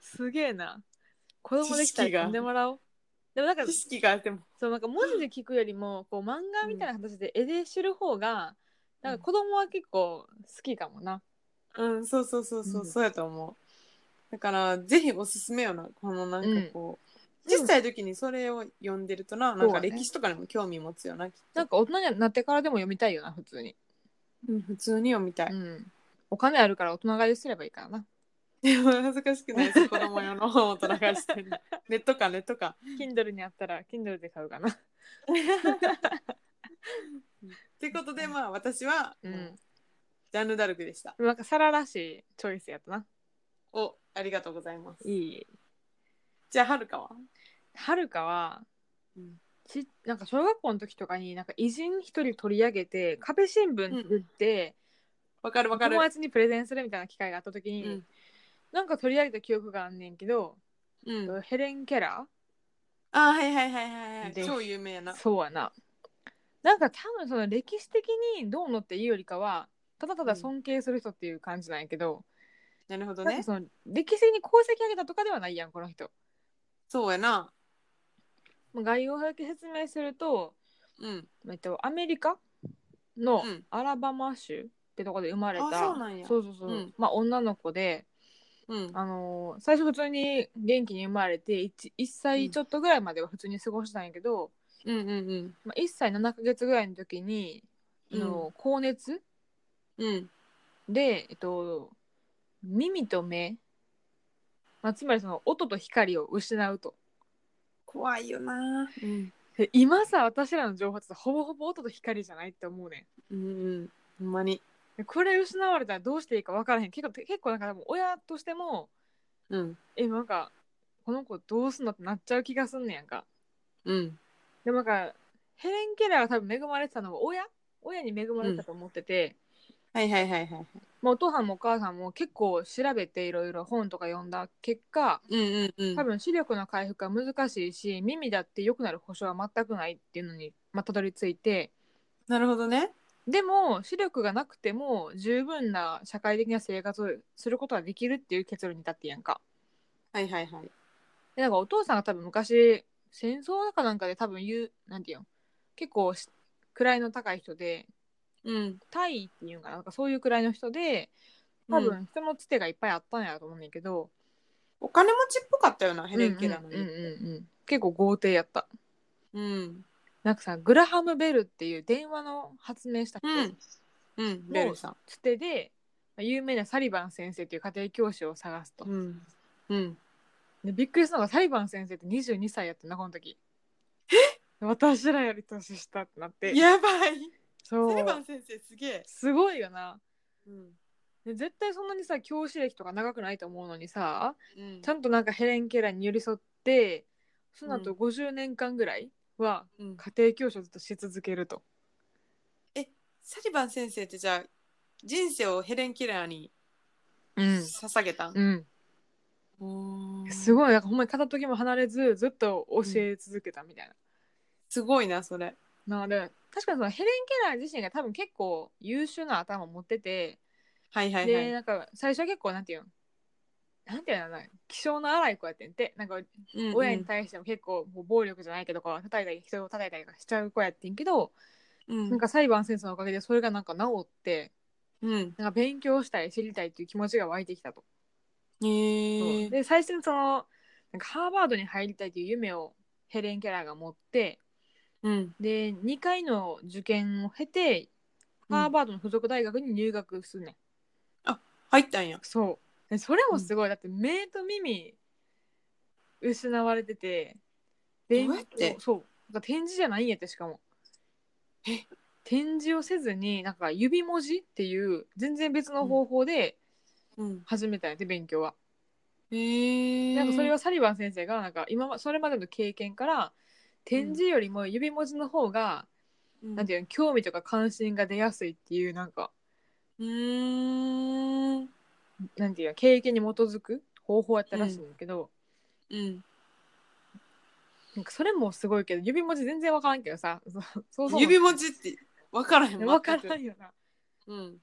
[SPEAKER 1] すげえな子供できたら
[SPEAKER 2] 知識が
[SPEAKER 1] 読んでもらおうでもなんか
[SPEAKER 2] 知識があっても
[SPEAKER 1] そうなんか文字で聞くよりもこう漫画みたいな形で絵で知る方が、なんか子供は結構好きかもな。
[SPEAKER 2] うんそうそうそうそう、
[SPEAKER 1] うん
[SPEAKER 2] そうやと思うだからぜひおすすめよなこのなんかこう、
[SPEAKER 1] うん
[SPEAKER 2] 小さい時にそれを読んでるとな、なんか歴史とかにも興味持つよなきっと
[SPEAKER 1] なんか大人になってからでも読みたいよな普通に、
[SPEAKER 2] うん普通に読みたい、
[SPEAKER 1] うん、お金あるから大人買いすればいいからな
[SPEAKER 2] でも恥ずかしくないです子供用の本を大人買いして
[SPEAKER 1] [LAUGHS]
[SPEAKER 2] るネットかネットか
[SPEAKER 1] Kindle にあったら Kindle で買うかな
[SPEAKER 2] っていうことでまあ私は、
[SPEAKER 1] うん
[SPEAKER 2] ジャンヌ・ダルクでした
[SPEAKER 1] なんかサラらしいチョイスやったな
[SPEAKER 2] おありがとうございます
[SPEAKER 1] いい
[SPEAKER 2] じゃあはるかは
[SPEAKER 1] はるかは、
[SPEAKER 2] うん
[SPEAKER 1] ちなんか小学校の時とかになんか偉人一人取り上げて壁新聞作って、
[SPEAKER 2] わかるわかる
[SPEAKER 1] 友達にプレゼンするみたいな機会があった時に、
[SPEAKER 2] うん
[SPEAKER 1] なんか取り上げた記憶があんねんけど、
[SPEAKER 2] うん、
[SPEAKER 1] ヘレン・ケラ
[SPEAKER 2] あはいはいはいはいはい
[SPEAKER 1] で
[SPEAKER 2] 超有名や
[SPEAKER 1] ー
[SPEAKER 2] な
[SPEAKER 1] そうやななんか多分その歴史的にどうのっていうよりかはただただ尊敬する人っていう感じなんやけど、
[SPEAKER 2] なるほど
[SPEAKER 1] なんか
[SPEAKER 2] ね
[SPEAKER 1] その歴史的に功績上げたとかではないやんこの人。
[SPEAKER 2] そうやな
[SPEAKER 1] まあ概要だけ説明すると、
[SPEAKER 2] うん
[SPEAKER 1] えっと、アメリカの
[SPEAKER 2] うん
[SPEAKER 1] アラバマ州ってとこで生まれた、
[SPEAKER 2] あそうなんや
[SPEAKER 1] そうそうそう
[SPEAKER 2] うん
[SPEAKER 1] まあ女の子で、
[SPEAKER 2] うん
[SPEAKER 1] あのー最初普通に元気に生まれて 1, 歳ちょっとぐらいまでは普通に過ごしたんやけど、
[SPEAKER 2] うんうんうん
[SPEAKER 1] まあ、1歳7ヶ月ぐらいの時に、あの高熱
[SPEAKER 2] うん
[SPEAKER 1] で、えっと、耳と目、まあ、つまりその音と光を失うと
[SPEAKER 2] 怖いよなうん
[SPEAKER 1] で今さ私らの情報ってさほぼほぼ音と光じゃないって思うね
[SPEAKER 2] うんうんほんまに
[SPEAKER 1] んでこれ失われたらどうしていいか分からへん結構結構なんか多分親としても
[SPEAKER 2] うん
[SPEAKER 1] えなんかこの子どうすんのってなっちゃう気がすんねやんか
[SPEAKER 2] うん
[SPEAKER 1] でもなんかヘレン・ケラーが多分恵まれてたのは親親に恵まれてたと思ってて、
[SPEAKER 2] はいはいはいはい
[SPEAKER 1] まあ、お父さんもお母さんも結構調べていろいろ本とか読んだ結果
[SPEAKER 2] うんうんうん
[SPEAKER 1] 多分視力の回復は難しいし耳だって良くなる保証は全くないっていうのにまあたどり着いて
[SPEAKER 2] なるほどね
[SPEAKER 1] でも視力がなくても十分な社会的な生活をすることはできるっていう結論に立ってやんか。
[SPEAKER 2] はいはいはい
[SPEAKER 1] でなんかお父さんが多分昔戦争かなんかで多分言うなんていうの結構し位の高い人で
[SPEAKER 2] うん
[SPEAKER 1] タイっていうんかななんかそういう位の人で多
[SPEAKER 2] うん
[SPEAKER 1] 分人のつてがいっぱいあったんやろうと思うんだけど。
[SPEAKER 2] お金持ちっぽかったよなヘレン・ケラーの
[SPEAKER 1] うんうんうんうんうん結構豪邸やった
[SPEAKER 2] うん
[SPEAKER 1] なんかさグラハム・ベルっていう電話の発明した人、
[SPEAKER 2] うんうんベルさん
[SPEAKER 1] つてでまあ有名なサリバン先生っていう家庭教師を探すと、
[SPEAKER 2] うんうん
[SPEAKER 1] でびっくりしたのがサリバン先生って22歳やったなこの時私らより年下ってなって
[SPEAKER 2] やばい
[SPEAKER 1] そ
[SPEAKER 2] サリバ
[SPEAKER 1] う
[SPEAKER 2] ン先生すげえ、
[SPEAKER 1] すごいよな
[SPEAKER 2] うん
[SPEAKER 1] で絶対そんなにさ教師歴とか長くないと思うのにさ
[SPEAKER 2] うん
[SPEAKER 1] ちゃんとなんかヘレン・ケラーに寄り添ってその後
[SPEAKER 2] うん
[SPEAKER 1] 50年間ぐらいは
[SPEAKER 2] うん
[SPEAKER 1] 家庭教師をずっとし続けると、
[SPEAKER 2] サリバン先生ってじゃあ人生をヘレン・キラーに
[SPEAKER 1] うん
[SPEAKER 2] 捧げた、
[SPEAKER 1] うん、
[SPEAKER 2] おー
[SPEAKER 1] すごいなんかほんまに片時も離れずずっと教え続けたみたいな。
[SPEAKER 2] すごいなそれ
[SPEAKER 1] なので確かにそのヘレン・ケラー自身が多分結構優秀な頭を持ってて、
[SPEAKER 2] はいはいは
[SPEAKER 1] で
[SPEAKER 2] い
[SPEAKER 1] なんか最初は結構なんていうんなんていうのかな気性の荒い子やってんてなんか
[SPEAKER 2] うんうん
[SPEAKER 1] 親に対しても結構もう暴力じゃないけどこう叩いたり人を叩いたりとかしちゃう子やってんけど、
[SPEAKER 2] うん
[SPEAKER 1] なんか裁判先生のおかげでそれがなんか治って
[SPEAKER 2] うん
[SPEAKER 1] なんか勉強したい知りたいっていう気持ちが湧いてきたと。
[SPEAKER 2] へえ
[SPEAKER 1] で最初にそのなんかハーバードに入りたいという夢をヘレン・ケラーが持って
[SPEAKER 2] うん
[SPEAKER 1] で2回の受験を経て
[SPEAKER 2] うん
[SPEAKER 1] ハーバードの付属大学に入学するねん、
[SPEAKER 2] 入ったんや
[SPEAKER 1] そうでそれもすごい、だって目と耳失われてて勉
[SPEAKER 2] どうやって
[SPEAKER 1] そうなんか展示じゃないんやってしかも
[SPEAKER 2] え
[SPEAKER 1] 展示をせずになんか指文字っていう全然別の方法で
[SPEAKER 2] うん
[SPEAKER 1] 始めたんやって勉強は
[SPEAKER 2] へえ
[SPEAKER 1] なんかそれはサリバン先生がなんか今まそれまでの経験から展示よりも指文字の方が、なんていうの興味とか関心が出やすいっていうなんか
[SPEAKER 2] うーん
[SPEAKER 1] なんていうの経験に基づく方法やったらしいんだけど、
[SPEAKER 2] うん
[SPEAKER 1] なんかそれもすごいけど指文字全然わからんけどさ [LAUGHS] そそうそう
[SPEAKER 2] 指文字って分からへん
[SPEAKER 1] わから
[SPEAKER 2] ん、
[SPEAKER 1] んよな
[SPEAKER 2] うん、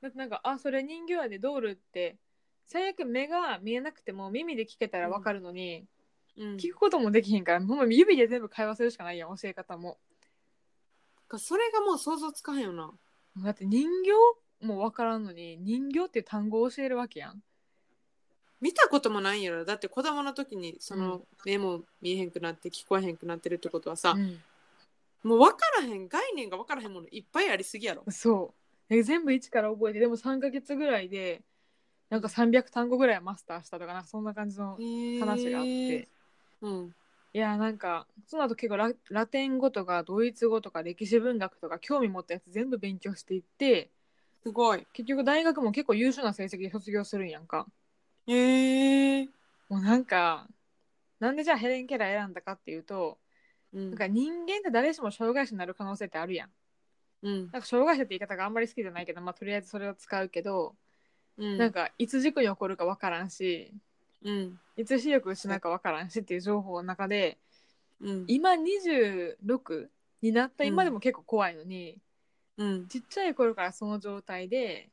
[SPEAKER 1] だってなんかあそれ人形やで道路って最悪目が見えなくても耳で聞けたらわかるのに、
[SPEAKER 2] うん、
[SPEAKER 1] 聞くこともできへんからほんま指で全部会話するしかないやん教え方も
[SPEAKER 2] かそれがもう想像つかへんよな
[SPEAKER 1] だって人形もわからんのに人形っていう単語を教えるわけやん
[SPEAKER 2] 見たこともないんやろだって子供の時にそうの目も見えへんくなって聞こえへんくなってるってことはさ、
[SPEAKER 1] うん
[SPEAKER 2] もう分からへん概念が分からへんものいっぱいありすぎやろ
[SPEAKER 1] そうで全部一から覚えてでも3ヶ月ぐらいでなんか300単語ぐらいはマスターしたとかなそんな感じの話
[SPEAKER 2] 話
[SPEAKER 1] があって、
[SPEAKER 2] うん
[SPEAKER 1] いやなんかその後結構ララテン語とかドイツ語とか歴史文学とか興味持ったやつ全部勉強していって
[SPEAKER 2] すごい
[SPEAKER 1] 結局大学も結構優秀な成績で卒業するんやんか
[SPEAKER 2] へえ
[SPEAKER 1] もうなんかなんでじゃあヘレン・ケラー選んだかっていうと
[SPEAKER 2] うん
[SPEAKER 1] なんか人間って誰しも障害者になる可能性ってあるやん
[SPEAKER 2] うん
[SPEAKER 1] なんか障害者って言い方があんまり好きじゃないけど、まあ、とりあえずそれを使うけど、
[SPEAKER 2] うん
[SPEAKER 1] なんかいつ事故に起こるか分からんし
[SPEAKER 2] うん
[SPEAKER 1] いつ視力失うか分からんしっていう情報の中で
[SPEAKER 2] うん
[SPEAKER 1] 今26になった今でも結構怖いのに、
[SPEAKER 2] うん
[SPEAKER 1] ちっちゃい頃からその状態で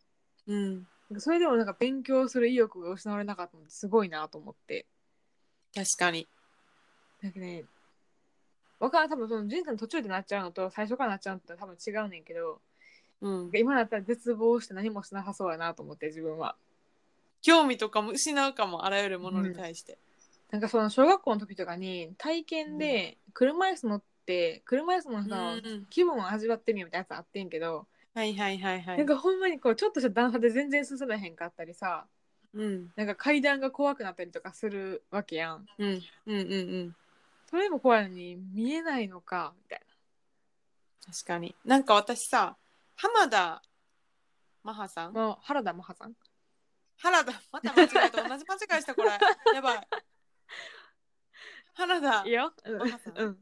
[SPEAKER 2] うん
[SPEAKER 1] なんかそれでもなんか勉強する意欲が失われなかったのってすごいなと思って
[SPEAKER 2] 確かに
[SPEAKER 1] なんかねわからん多分その人生の途中でなっちゃうのと最初からなっちゃうのと多分違うねんけど
[SPEAKER 2] うん
[SPEAKER 1] なんか今だったら絶望して何もしなさそうやなと思って自分は
[SPEAKER 2] 興味とかも失うかもあらゆるものに対して、
[SPEAKER 1] なんかその小学校の時とかに体験で車椅子乗って車椅子のさ、
[SPEAKER 2] うん
[SPEAKER 1] 気分を味わってみようみたいなやつあってんけど、
[SPEAKER 2] はいはいはいはい
[SPEAKER 1] なんかほんまにこうちょっとした段差で全然進めへんかったりさ
[SPEAKER 2] うん
[SPEAKER 1] なんか階段が怖くなったりとかするわけやん
[SPEAKER 2] うんうんうんうん
[SPEAKER 1] それも怖いのに見えないのかみたい
[SPEAKER 2] 確かになんか私さ浜田マハさん、
[SPEAKER 1] な、まあ、原田マハさん
[SPEAKER 2] 原田また間違えた同じ間違いした
[SPEAKER 1] [LAUGHS]
[SPEAKER 2] これやばい原田
[SPEAKER 1] いいよ、うん、
[SPEAKER 2] マハさん
[SPEAKER 1] うん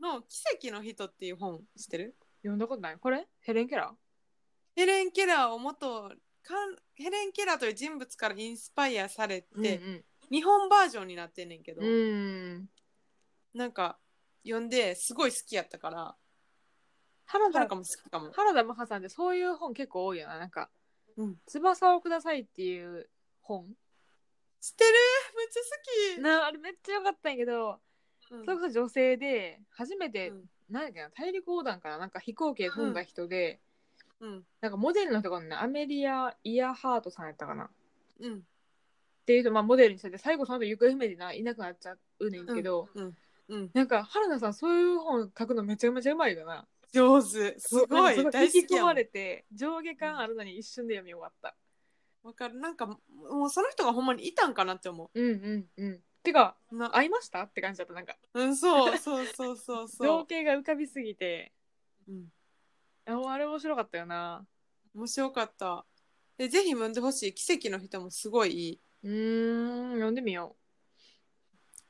[SPEAKER 2] の「奇跡の人」っていう本知ってる
[SPEAKER 1] 読んだことないこれヘレン・ケラ
[SPEAKER 2] ヘレン・ケラーを元かんヘレン・ケラーという人物からインスパイアされて、
[SPEAKER 1] ー
[SPEAKER 2] 日本バージョンになってんねんけど、
[SPEAKER 1] うんうん
[SPEAKER 2] なんか読んですごい好きやったから
[SPEAKER 1] 原
[SPEAKER 2] 原
[SPEAKER 1] 田
[SPEAKER 2] 田も好きかも
[SPEAKER 1] 原田マハさんってそういう本結構多いよななんか「
[SPEAKER 2] うん
[SPEAKER 1] 翼をください」っていう本
[SPEAKER 2] 知ってるめっちゃ好き
[SPEAKER 1] なあれめっちゃ良かったんやけど、
[SPEAKER 2] うん
[SPEAKER 1] それこそ女性で初めて、
[SPEAKER 2] うん
[SPEAKER 1] なんだっけな大陸横断からなんか飛行機で飛んだ人で、
[SPEAKER 2] うん
[SPEAKER 1] なんかモデルの人がねアメリア・イヤハートさんやったかなっ
[SPEAKER 2] うん
[SPEAKER 1] ていう人、まあ、モデルにしてて最後その後行方不明でないなくなっちゃうねんけど、
[SPEAKER 2] うんうん、
[SPEAKER 1] なんか原田さんそういう本書くのめちゃめちゃうまいよな
[SPEAKER 2] 上手すごい
[SPEAKER 1] なんか
[SPEAKER 2] 大
[SPEAKER 1] 引き
[SPEAKER 2] 好き
[SPEAKER 1] 込
[SPEAKER 2] や
[SPEAKER 1] ま
[SPEAKER 2] もん
[SPEAKER 1] れて上下感あるのに一瞬で読み終わった
[SPEAKER 2] わかるなんかもうその人がほんまにいたんかなって思
[SPEAKER 1] うんうんうんてか
[SPEAKER 2] うな
[SPEAKER 1] 会いましたって感じだったなんか
[SPEAKER 2] うん
[SPEAKER 1] [LAUGHS]
[SPEAKER 2] そうそうそうそうそ
[SPEAKER 1] 情
[SPEAKER 2] う、
[SPEAKER 1] 景が浮かびすぎて
[SPEAKER 2] うん、
[SPEAKER 1] ああれ面白かったよな
[SPEAKER 2] 面白かったでぜひ読んでほしい奇跡の人もすごいいいう
[SPEAKER 1] ーん読んでみよ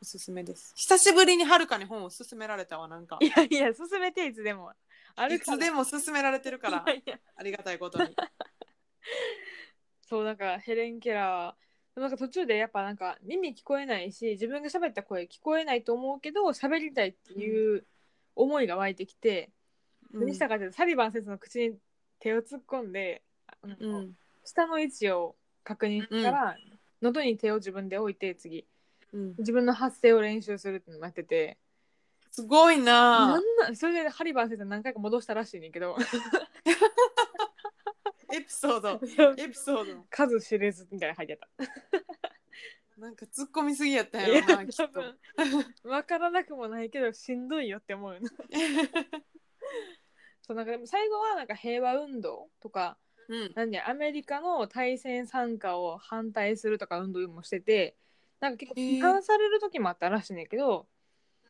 [SPEAKER 2] おすすめです久しぶりにはるかに本を勧められたわなんか
[SPEAKER 1] ういやいや進めていつでもあ
[SPEAKER 2] い
[SPEAKER 1] るから
[SPEAKER 2] つでも勧められてるから
[SPEAKER 1] いやいや
[SPEAKER 2] ありがたいことに
[SPEAKER 1] そうなんかヘレン・ケラーなんか途中でやっぱなんか耳聞こえないし自分が喋った声聞こえないと思うけど喋りたいっていう思いが湧いてきて、
[SPEAKER 2] うん
[SPEAKER 1] [LAUGHS] 何したかっていうとサリバン先生の口に手を突っ込んで、あの
[SPEAKER 2] うん
[SPEAKER 1] 下の位置を確認したら、喉に手を自分で置いて次
[SPEAKER 2] うん、
[SPEAKER 1] 自分の発声を練習するってなってて
[SPEAKER 2] すごい
[SPEAKER 1] な
[SPEAKER 2] なん
[SPEAKER 1] なんそれでハリバン先生何回か戻したらしいねんけど
[SPEAKER 2] エピソードエピソード
[SPEAKER 1] [LAUGHS] 数知れずみたいなの入ってた。
[SPEAKER 2] なんか突っ込みすぎやったん
[SPEAKER 1] い
[SPEAKER 2] や
[SPEAKER 1] や
[SPEAKER 2] ろなき
[SPEAKER 1] 多
[SPEAKER 2] っと
[SPEAKER 1] 分分からなくもないけどしんどいよって思うな
[SPEAKER 2] [LAUGHS]
[SPEAKER 1] そうなんかでも最後はなんか平和運動とか
[SPEAKER 2] うん
[SPEAKER 1] なんでアメリカの対戦参加を反対するとか運動もしててなんか結構
[SPEAKER 2] へえ
[SPEAKER 1] 批判される時もあったらしいねんだけど、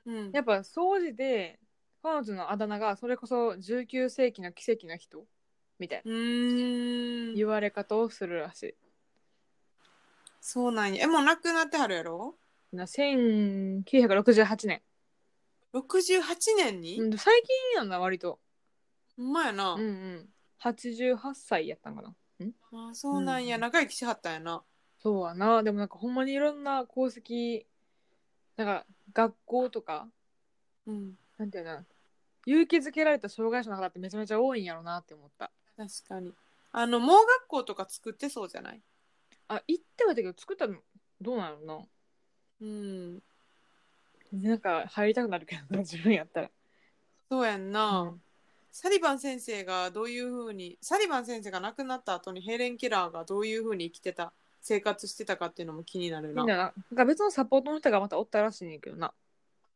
[SPEAKER 2] うん
[SPEAKER 1] やっぱ総じて彼女のあだ名がそれこそ19世紀の奇跡の人みたいうな
[SPEAKER 2] ーん
[SPEAKER 1] 言われ方をするらしい。
[SPEAKER 2] そうなんやえもう亡くなってはるやろ
[SPEAKER 1] な1968年、
[SPEAKER 2] 68年に、
[SPEAKER 1] うん、最近やんな割と、
[SPEAKER 2] ほんまやな、
[SPEAKER 1] うんうん、88歳やったんかな
[SPEAKER 2] あーそうなんや、
[SPEAKER 1] うん
[SPEAKER 2] 長生きしはったんやな
[SPEAKER 1] そうやなでもなんかほんまにいろんな功績なんか学校とか
[SPEAKER 2] うん
[SPEAKER 1] なんていうの勇気づけられた障害者の方ってめちゃめちゃ多いんやろうなって思った
[SPEAKER 2] 確かにあの盲学校とか作ってそうじゃない
[SPEAKER 1] あ行ってはいたけど作ったのどうなの
[SPEAKER 2] うん
[SPEAKER 1] ななんか入りたくなるけどな [LAUGHS] 自分やったら
[SPEAKER 2] そうやんな、
[SPEAKER 1] うん
[SPEAKER 2] サリバン先生がどういうふうにサリバン先生が亡くなった後にヘレン・ケラーがどういうふうに生きてた生活してたかっていうのも気になる
[SPEAKER 1] み
[SPEAKER 2] なん
[SPEAKER 1] なななんか別のサポートの人がまたおったらしいねんけどな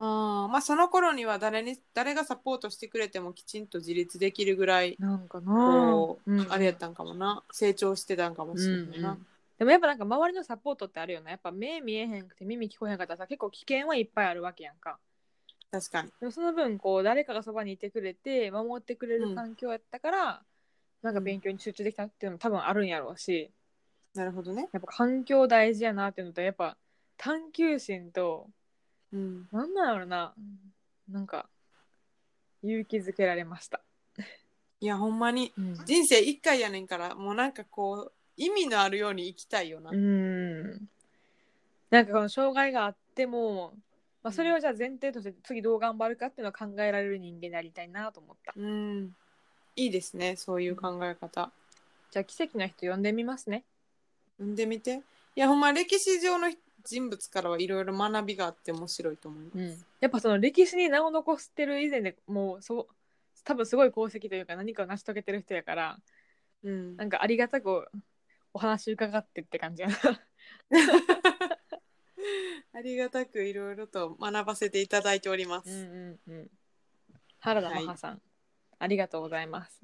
[SPEAKER 2] あーまあその頃には誰に誰がサポートしてくれてもきちんと自立できるぐらい
[SPEAKER 1] なんかな
[SPEAKER 2] こう、
[SPEAKER 1] うん
[SPEAKER 2] あれやったんかもな成長してたんかもしれないな、
[SPEAKER 1] うんうんでもやっぱなんか周りのサポートってあるよなやっぱ目見えへんくて耳聞こえへんかったらさ結構危険はいっぱいあるわけやんか
[SPEAKER 2] 確かに
[SPEAKER 1] でもその分こう誰かがそばにいてくれて守ってくれる環境やったから、なんか勉強に集中できたっていうのも多分あるんやろうし
[SPEAKER 2] なるほどね、
[SPEAKER 1] やっぱ環境大事やなっていうのとやっぱ探求心と
[SPEAKER 2] うん、
[SPEAKER 1] なんなんやろななんか勇気づけられました、
[SPEAKER 2] いやほんまに
[SPEAKER 1] うん
[SPEAKER 2] 人生一回やねんからもうなんかこう意味のあるように生きたいよな、
[SPEAKER 1] うんなんかこの障害があっても、まあ、それをじゃあ前提として次どう頑張るかっていうのを考えられる人間になりたいなと思った
[SPEAKER 2] うん、いいですねそういう考え方
[SPEAKER 1] じゃあ奇跡の人呼んでみますね
[SPEAKER 2] 読んでみていやほんま歴史上の人物からはいろいろ学びがあって面白いと思います、
[SPEAKER 1] やっぱその歴史に名を残してる以前でもうそう多分すごい功績というか何かを成し遂げてる人やから
[SPEAKER 2] うん
[SPEAKER 1] なんかありがたくお話伺ってって感じやな
[SPEAKER 2] ありがたくいろいろと学ばせていただいております、
[SPEAKER 1] うんうん原田真帆さん、ありがとうございます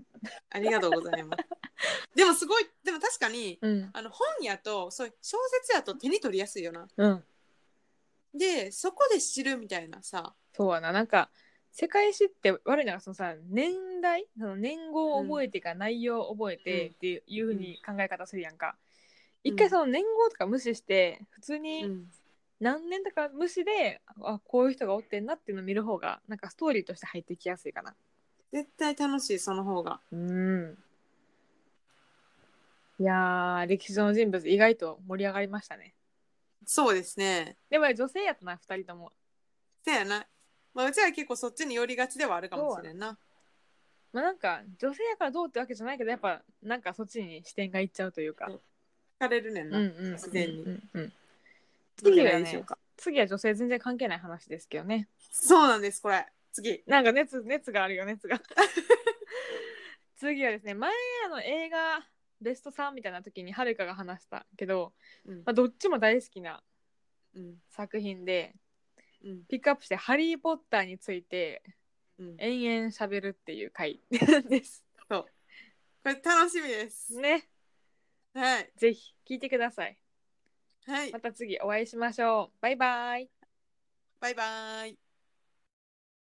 [SPEAKER 2] ありがとうございます [LAUGHS] でもすごいでも確かに
[SPEAKER 1] うん
[SPEAKER 2] あの本やとそう小説やと手に取りやすいよな
[SPEAKER 1] うん
[SPEAKER 2] でそこで知るみたいなさ
[SPEAKER 1] そうやななんか世界史って悪いのがそのさ年代その年号を覚えてか内容を覚えてっていうふうに考え方するやんか、
[SPEAKER 2] うん
[SPEAKER 1] 一回その年号とか無視して普通
[SPEAKER 2] う
[SPEAKER 1] に
[SPEAKER 2] ん
[SPEAKER 1] 何年とか無視で、あこういう人がおってんなっていうのを見る方がなんかストーリーとして入ってきやすいかな
[SPEAKER 2] 絶対楽しいその方が
[SPEAKER 1] うんいやー歴史上の人物意外と盛り上がりましたね
[SPEAKER 2] そうですね
[SPEAKER 1] でも女性やったな2人とも、
[SPEAKER 2] せやな、まあ、うちは結構そっちに寄りがちではあるかもしれんな
[SPEAKER 1] まあ、なんか女性やからどうってわけじゃないけどやっぱなんかそっちに視点がいっちゃうというか
[SPEAKER 2] 疲れるねんな、
[SPEAKER 1] うんうん
[SPEAKER 2] 自然に
[SPEAKER 1] うんうんうん
[SPEAKER 2] ど
[SPEAKER 1] 次
[SPEAKER 2] れが
[SPEAKER 1] はい
[SPEAKER 2] いでしょ
[SPEAKER 1] ね
[SPEAKER 2] うか
[SPEAKER 1] 次は女性全然関係ない話ですけどね
[SPEAKER 2] そうなんですこれ次
[SPEAKER 1] なんか熱熱があるよ熱が [LAUGHS] 次はですね前あの映画ベスト3みたいな時にはるかが話したけど、
[SPEAKER 2] うん
[SPEAKER 1] まあ、どっちも大好きな
[SPEAKER 2] うん
[SPEAKER 1] 作品で
[SPEAKER 2] うん
[SPEAKER 1] ピックアップして「ハリー・ポッター」について
[SPEAKER 2] うん、こ
[SPEAKER 1] 延々しゃべるっていう回です。
[SPEAKER 2] れ楽しみです。
[SPEAKER 1] ね
[SPEAKER 2] はい。
[SPEAKER 1] ぜひ聞いてください。
[SPEAKER 2] はい
[SPEAKER 1] ま。た次お会いしましょう。バイバイ。
[SPEAKER 2] バイバイ。